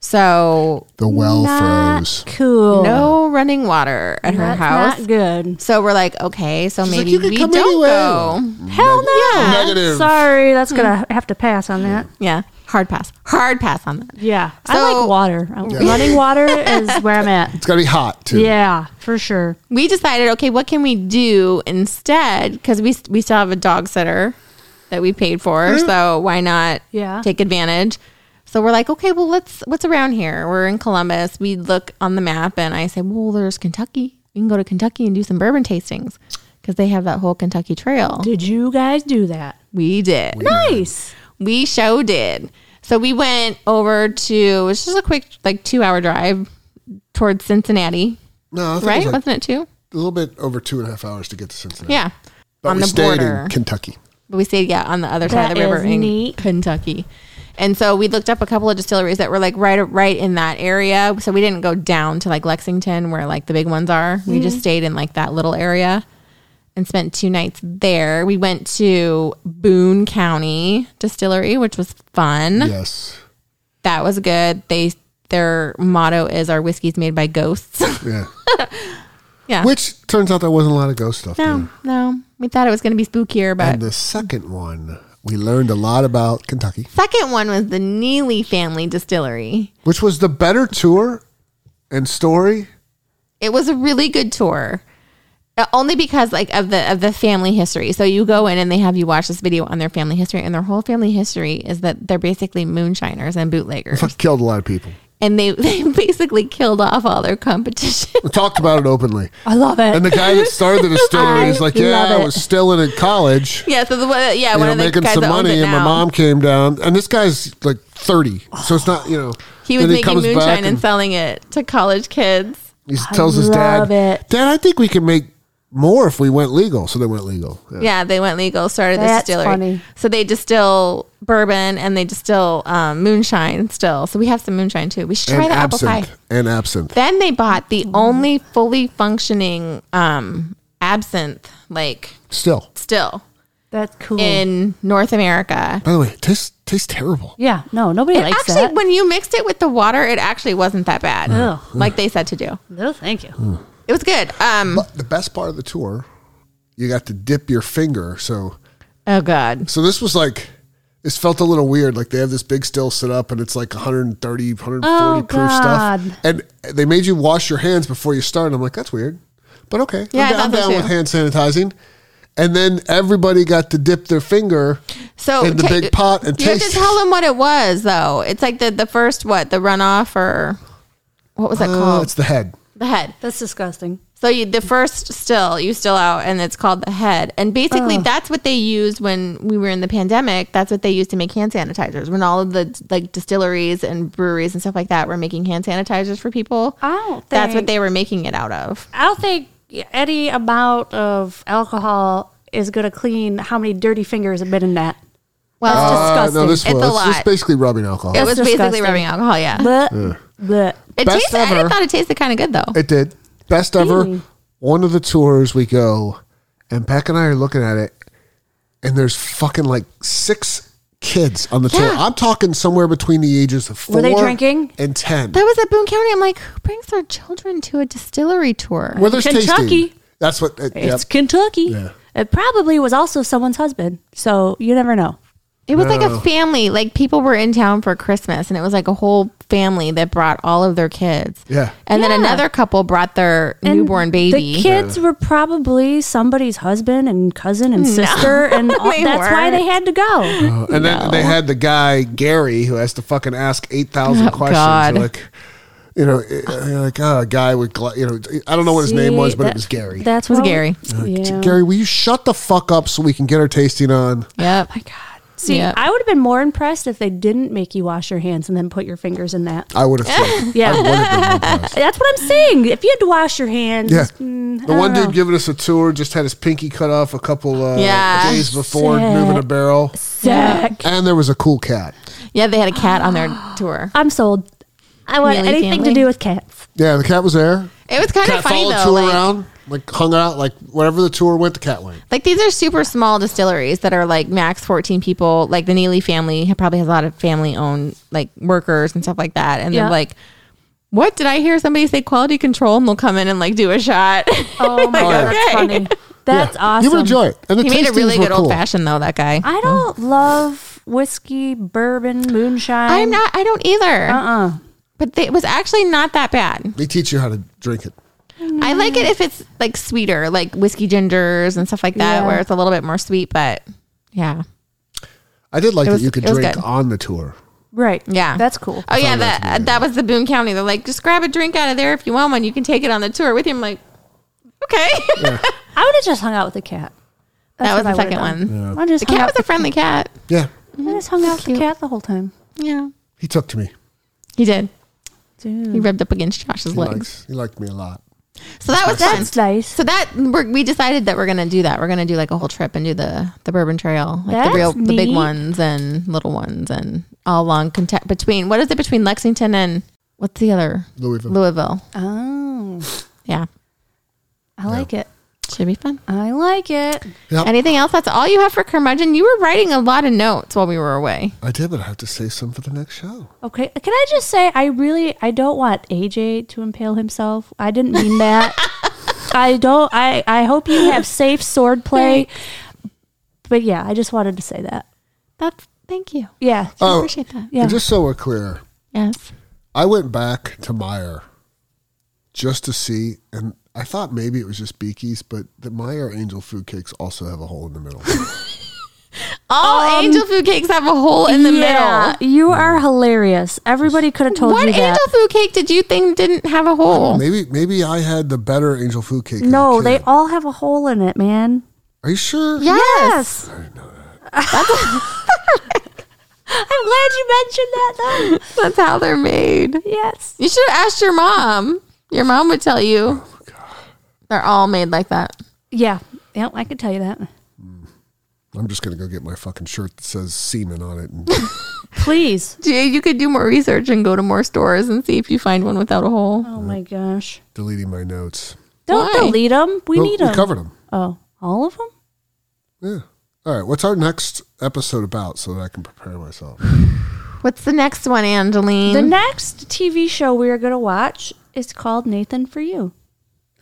so The well Not froze. Cool. no running water at her That's house. not good. So we're like, okay, so like, maybe "You can we come don't anyway." go. Hell no. Negative. Sorry, that's gonna have to pass on that. Yeah, hard pass, hard pass on that. Yeah, I So- like water. Uh, Running water is where I'm at. It's got to be hot too. Yeah, for sure. we decided, okay, what can we do instead? Because we we still have a dog sitter that we paid for, Mm-hmm. so why not? Yeah. take advantage. So we're like, okay, well, let's what's around here? We're in Columbus. We look on the map, and I say, well, there's Kentucky. We can go to Kentucky and do some bourbon tastings because they have that whole Kentucky Trail. Did you guys do that? We did. Nice. We show did. So we went over to it's just a quick like two hour drive towards Cincinnati, No, I think it right? was like Wasn't it two? a little bit over two and a half hours to get to Cincinnati. Yeah. but we stayed in Kentucky. But we stayed, yeah, on the other side of the That river is in neat. Kentucky. And so we looked up a couple of distilleries that were like right right in that area. So we didn't go down to like Lexington where like the big ones are. We Mm-hmm. just stayed in like that little area and spent two nights there. We went to Boone County Distillery, which was fun. Yes, That was good. They their motto is our whiskey's made by ghosts. yeah, yeah. Which turns out there wasn't a lot of ghost stuff. no, there. no. We thought it was gonna be spookier, but Hmm. And the second one, we learned a lot about Kentucky, second one was the Neely family distillery. which was the better tour and story. It was a really good tour. Uh, Only because like of the of the family history. So you go in and they have you watch this video on their family history and their whole family history is that they're basically moonshiners and bootleggers. Killed a lot of people. and they, they basically killed off all their competition. We talked about it openly. I love it. And the guy that started the distillery is like, I yeah, love I it. was still in it in college. yeah, so the one- yeah, You one know, of the making guys some that owns money, it and my now, mom came down. And this guy's like 30, so it's not, you know. he was then making comes back moonshine and, selling it to college kids. He tells his love dad, it. "Dad, I think we can make more if we went legal." So they went legal. Yeah. Yeah, they went legal, started the That's distillery. funny. So they distill bourbon and they distill um, moonshine still. So we have some moonshine too. We should try And the apple absinthe. pie. And absinthe. Then they bought the only fully functioning um, absinthe, like Still, still That's cool. Mm. in North America. by the way, it tastes tastes terrible. yeah, no, nobody likes actually, that. when you mixed it with the water, it actually wasn't that bad, Ugh. like they said to do. no, thank you. It was good. Um, But the best part of the tour, you got to dip your finger. So, oh god, so this was like. This felt a little weird. Like they have this big still set up and it's like 130, 140 Oh, proof God. stuff. And they made you wash your hands before you started. I'm like, that's weird. But okay. Yeah, I I'm, thought I'm so, down too. with hand sanitizing. and then everybody got to dip their finger. So In the big pot and you have taste to it. tell them what it was, though. It's like the the first what the runoff or what was that Oh, called? it's the head. the head. That's disgusting. So you, the first still you still out, and it's called the head. And basically, that's what they used when we were in the pandemic. That's what they used to make hand sanitizers. When all of the like distilleries and breweries and stuff like that were making hand sanitizers for people, I don't think that's what they were making it out of. I don't think any amount of alcohol is going to clean how many dirty fingers have been in that. Well, That's Uh, disgusting. no, this It's was a it's just lot. basically rubbing alcohol. it It, was basically disgusting. rubbing alcohol. Yeah, Blech, blech. it Best tasted. I ever. thought it tasted kind of good though. did. Hmm. Best ever. Ew. One of the tours we go, and Beck and I are looking at it, and there's fucking like six kids on the tour. Yeah. I'm talking somewhere between the ages of four Were they drinking? and ten. That was at Boone County. I'm like, who brings their children to a distillery tour? Where there's tasting. Kentucky. That's what. It, yep. It's Kentucky. Yeah. It probably was also someone's husband. So you never know. It was like No. a family. Like people were in town for Christmas, and it was like a whole family that brought all of their kids. Yeah. And then Yeah. another couple brought their And newborn baby. The kids were probably somebody's husband and cousin and sister, and all, They that's why weren't. they had to go. Uh, and then they had the guy Gary who has to fucking ask eight Oh, thousand questions. God. You're like, you know, it- you're like oh, a guy with, gla- you know, I don't know what his name See, was, but that- it was Gary. Uh, That's was what Gary. Yeah. Gary, will you shut the fuck up so we can get our tasting on? Yep. Oh My God. See, Yeah. I would have been more impressed if they didn't make you wash your hands and then put your fingers in that. I would have said, Yeah. I would have been impressed. That's what I'm saying. If you had to wash your hands, Yeah, mm, the I one don't dude know. giving us a tour just had his pinky cut off a couple uh, Yeah. days before Sick. moving a barrel, Sick. and there was a cool cat. Yeah, they had a cat on their tour. I'm sold. I want Really, anything family? to do with cats. Yeah, the cat was there. It was kind of Cat funny followed the though. tour Like, around, like hung out, like wherever the tour went, the cat went. like these are super small distilleries that are like max 14 people. Like the Neely family ha- probably has a lot of family owned like workers and stuff like that. And Yeah. they're like, what did I hear somebody say quality control? And they'll come in and like do a shot. Oh my god, that's funny. That's Yeah. awesome. You would enjoy it. And the he made a tastings really were good cool. old fashioned though. That guy. I don't love whiskey, bourbon, moonshine. I'm not. I don't either. Uh uh But they, it was actually not that bad. They teach you how to drink it. I like Mm. it if it's like sweeter, like whiskey gingers and stuff like that, Yeah. where it's a little bit more sweet. But yeah, I did like It was- that you could it was drink good. on the tour. Right. yeah, That's cool. Oh yeah, that uh, that was the Boone County. They're like, just grab a drink out of there if you want one. You can take it on the tour with you. I'm like, okay, I would have just hung out with the cat. that was what I the would've second done. one. I just The hung out cat was a with friendly cat. Yeah, the, I just hung out with the cat the whole time. Yeah, he took to me. he did. He Dude. rubbed up against Josh's He legs. likes he liked me a lot. So that was fun. That's nice. So that we're, we decided that we're gonna do that. We're gonna do like a whole trip and do the the Bourbon Trail, like That's the real, the big neat. ones and little ones, and all along content between what is it between Lexington and what's the other Louisville. Louisville? Oh, Yeah, I like it. should be fun. I like it. Yep. Anything else? That's all you have for curmudgeon. You were writing a lot of notes while we were away. I did, but I have to say some for the next show. Okay. Can I just say, I really, I don't want AJ to impale himself. I didn't mean that. I don't, I, I hope you have safe sword play. But yeah, I just wanted to say that. That's thank you. Yeah. Oh. I appreciate that. Yeah. And just so we're clear, Yes. I went back to Meyer just to see, and I thought maybe it was just Beaky's, but the Meyer Angel Food Cakes also have a hole in the middle. All angel food cakes have a hole in the Um, yeah, middle. You are hilarious. Everybody could have told What you that. angel food cake did you think didn't have a hole? maybe maybe I had the better Angel Food Cake. as a Oh. no, they kid. all have a hole in it, man. Are you sure? Yes. I'm glad you mentioned that, That's how they're made. though. Yes. You should have asked your mom. Your mom would tell you. They're all made like that. Yeah. Yeah, I could tell you that. I'm just gonna go get my fucking shirt that says semen on it. And Please. Gee, You could do more research and go to more stores and see if you find one without a hole. Oh my gosh. deleting my notes. Don't Why? delete them. We No, need we them. covered them. oh, all of them? Yeah. All right. What's our next episode about so that I can prepare myself? What's the next one, Angeline? The next TV show we are going to watch is called Nathan for You.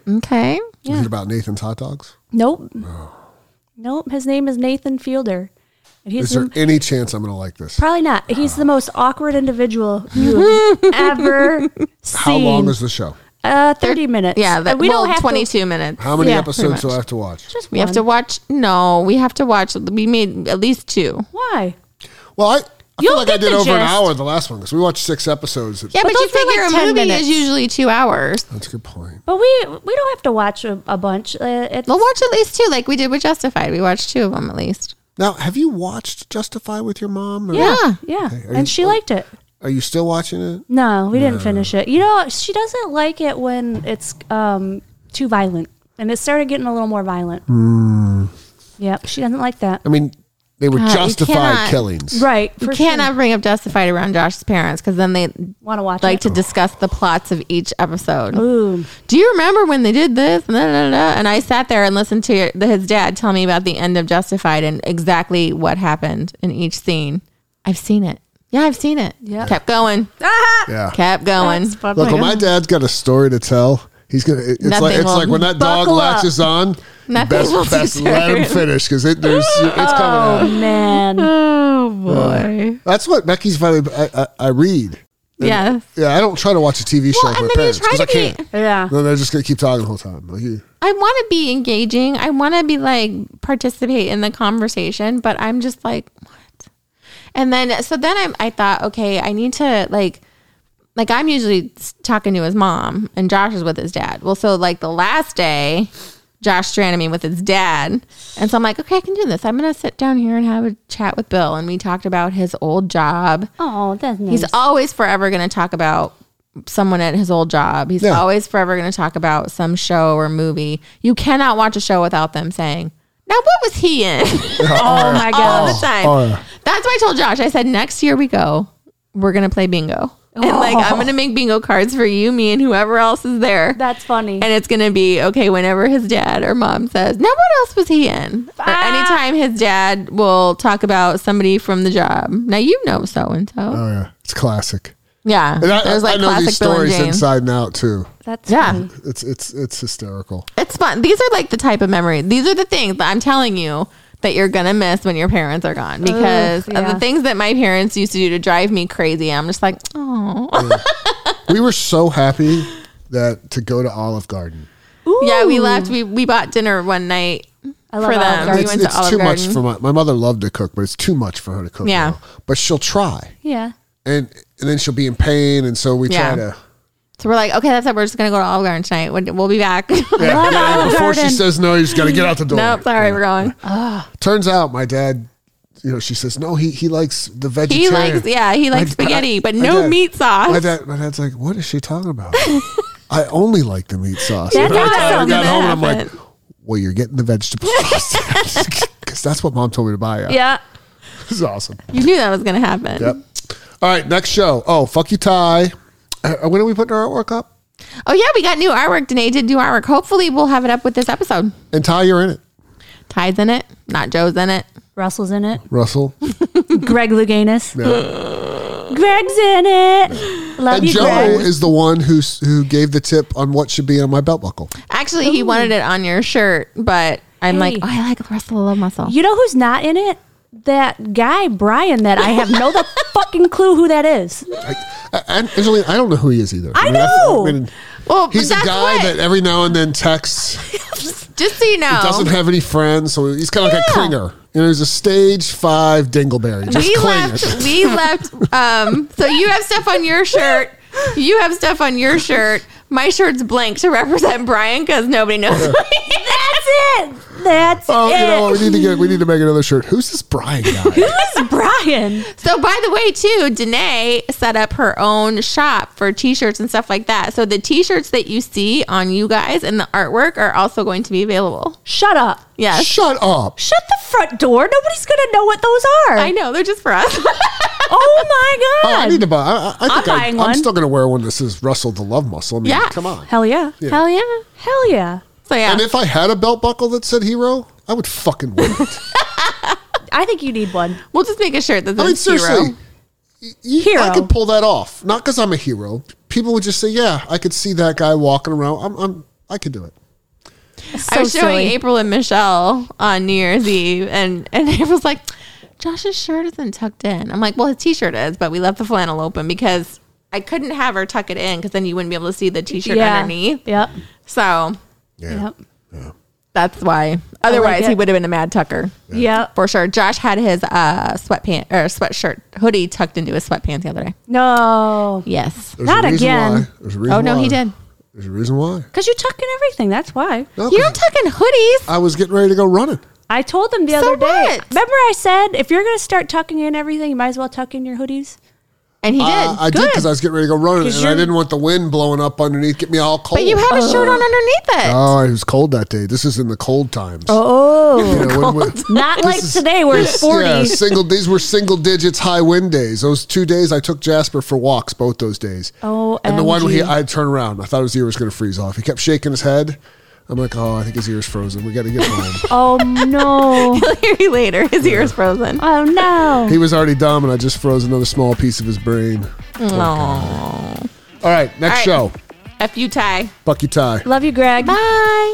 okay. Is Yeah. it about Nathan's hot dogs? Nope. Oh. Nope. His name is Nathan Fielder. And he's Is there the- any chance I'm going to like this? probably not. He's the most awkward individual you've ever seen. How long is the show? Uh, 30 minutes. Yeah, that, And we well, don't have 22. 22 minutes. How many Yeah, pretty episodes do I much. have to watch? just We have to watch. No, we have to watch. We made at least two. Why? Well, I, I feel You'll like I get did the over an gist. hour in the last one because we watched six episodes. Yeah, But but, you those are like figure a 10 movie minutes. is usually two hours. That's a good point. But we we don't have to watch a, a bunch. Uh, it's, We'll watch at least two, like we did with Justified. We watched two of them at least. Now, have you watched Justify with your mom? Or Yeah. yeah, are you- and she liked it. Are you still watching it? No, we didn't finish it. You know, she doesn't like it when it's um, too violent, and it started getting a little more violent. Hmm. Yep, she doesn't like that. I mean, they were God, you justified cannot- killings. Right, You for cannot bring up Justified around Josh's parents because then they want to watch like it. to discuss the plots of each episode. Boom. Do you remember when they did this? And, da, da, da, da. and I sat there and listened to the- his dad tell me about the end of Justified and exactly what happened in each scene. I've seen it. Yeah, I've seen it. Yeah. Ah. Kept going. Yeah. Kept going. That's funny. Look, when my dad's got a story to tell, he's gonna. it- It's Nothing like it's will- like when that dog Buckle up. latches on. Nothing best, will best deter let him it. finish because it, there's it's coming. Oh Out. man, Oh boy. That's what Becky's finally. I, I, I read. Yeah. Yeah, I don't try to watch a TV show Well, for my and then you parents try because I to be. can't. yeah. Then they're just gonna keep talking the whole time. Like, you- I want to be engaging. I want to be like participate in the conversation, but I'm just like what? And then so then I I thought, okay, I need to like like I'm usually s- talking to his mom and Josh is with his dad. Well, so like the last day, Josh stranded me with his dad. And so I'm like, okay, I can do this. I'm going to sit down here and have a chat with Bill and we talked about his old job. Oh, that's nice. He's always forever going to talk about someone at his old job. He's Yeah. always forever going to talk about some show or movie. You cannot watch a show without them saying, "Now what was he in?" oh my all gosh. the time. oh, yeah. That's why I told Josh. I said, "Next year we go. We're going to play bingo." Oh. And like I'm gonna make bingo cards for you, me, and whoever else is there. That's funny. and it's gonna be okay whenever his dad or mom says, Now what else was he in? Or anytime his dad will talk about somebody from the job. Now you know so and so. oh yeah, it's classic. Yeah. And I, There's I like know classic these Bill and stories Jane. inside and out too. That's Yeah. funny. It's it's it's hysterical. It's fun. These are like the type of memories. These are the things that I'm telling you that you're going to miss when your parents are gone because Ugh, of yeah. the things that my parents used to do to drive me crazy. I'm just like, oh. we were so happy that to go to Olive Garden. yeah, we left. We, we bought dinner one night I love for Olive them. Garden. We it's went to it's Olive too Garden. much for my my mother loved to cook, but it's too much for her to cook. Yeah. now. but she'll try, Yeah. and and then she'll be in pain, and so we Yeah. try to. so we're like, okay, that's it. We're just going to go to Olive Garden tonight. We'll we'll be back. Yeah, Love yeah, Olive before she Garden. says no, you just got to get out the door. nope, sorry, we're going. Turns out my dad, you know, she says no. He he likes the He vegetarian. likes, yeah, he likes My dad- spaghetti, but my no dad- meat sauce. My dad, my dad's like, what is she talking about? I only like the meat sauce. That's And I- I awesome. got home and I'm like, That well, you're getting the vegetable sauce because that's what mom told me to buy. Yeah, Yeah. this is awesome. You knew that was going to happen. Yep. All right, next show. Oh, fuck you, Ty. Uh, when are we putting our artwork up? Oh, yeah, we got new artwork. Danae did new artwork. Hopefully, we'll have it up with this episode. And Ty, you're in it. Ty's in it, not Joe's in it. Russell's in it. Russell. Greg Louganis. Yeah. Greg's in it. Love And you, Joe Greg. is the one who who gave the tip on what should be on my belt buckle. Actually, he wanted it on your shirt, but I'm like, Hey. oh, I like Russell Love Muscle. You know who's not in it? That guy Brian. That I have no the fucking clue who that is. I, and Angelina, I don't know who he is either. I, know! Well, but he's a that's guy what- that every now and then texts. just so you know, Doesn't Oh. have any friends, so he's kind of like a Yeah. clinger. You know, he's a stage five dingleberry. Just we clingers. left. We left. Um, so you have stuff on your shirt. You have stuff on your shirt. My shirt's blank to represent Brian because nobody knows. That's it. That's Oh, it. you know what? We need to get. We need to make another shirt. Who's this Brian guy? who is Brian? So, by the way, too, Danae set up her own shop for t-shirts and stuff like that. So the t-shirts that you see on you guys and the artwork are also going to be available. Shut up. Yes. Shut up. Shut the front door. Nobody's gonna know what those are. I know they're just for us. oh my Oh, god. I need to buy. I, I- I think I'm I, buying I'm one. still going to wear one that says Russell the Love Muscle. I mean, Yeah. come on. Hell yeah. Hell yeah! Hell yeah. So yeah, And if I had a belt buckle that said hero, I would fucking wear it. I think you need one. we'll just make a shirt that says I mean, hero. seriously. y- y- Hero. I could pull that off. Not because I'm a hero. People would just say, yeah, I could see that guy walking around. I'm, I'm I could do it. So I was showing silly. April and Michelle on New Year's Eve, and and April's like, Josh's shirt isn't tucked in. I'm like, well, his t-shirt is, but we left the flannel open because I couldn't have her tuck it in because then you wouldn't be able to see the t-shirt yeah. underneath. Yep. So Yeah. Yep. that's why. Oh Otherwise, he it. would have been a mad tucker Yep. for sure. Josh had his uh, sweatpant or sweatshirt hoodie tucked into his sweatpants the other day. No. Yes. There's Not a reason again. Why. There's a reason Oh, no, he why. did. There's a reason why. Because you tuck in everything. That's why. No, 'cause You don't tuck in hoodies. I was getting ready to go running. I told them the So other day. what? Remember, I said if you're going to start tucking in everything, you might as well tuck in your hoodies. And he Uh, did. I did Good. because I was getting ready to go running, 'Cause and I you're- didn't want the wind blowing up underneath, get me all cold. But you had a shirt on underneath it. Oh, it was cold that day. This is in the cold times. Oh, You know, when we- not like is- today where it's forty. Yeah, single. These were single digits high wind days. Those two days I took Jasper for walks. Both those days. OMG. and the one where he, I turned around. I thought his ear was going to freeze off. He kept shaking his head. I'm like, oh, I think his ear's frozen. We got to get home. Oh no! He'll hear you later. His ear's frozen. Oh no! he was already dumb, and I just froze another small piece of his brain. Aww. All right, next All show. F you, Ty. Bucky Ty. Love you, Greg. Bye.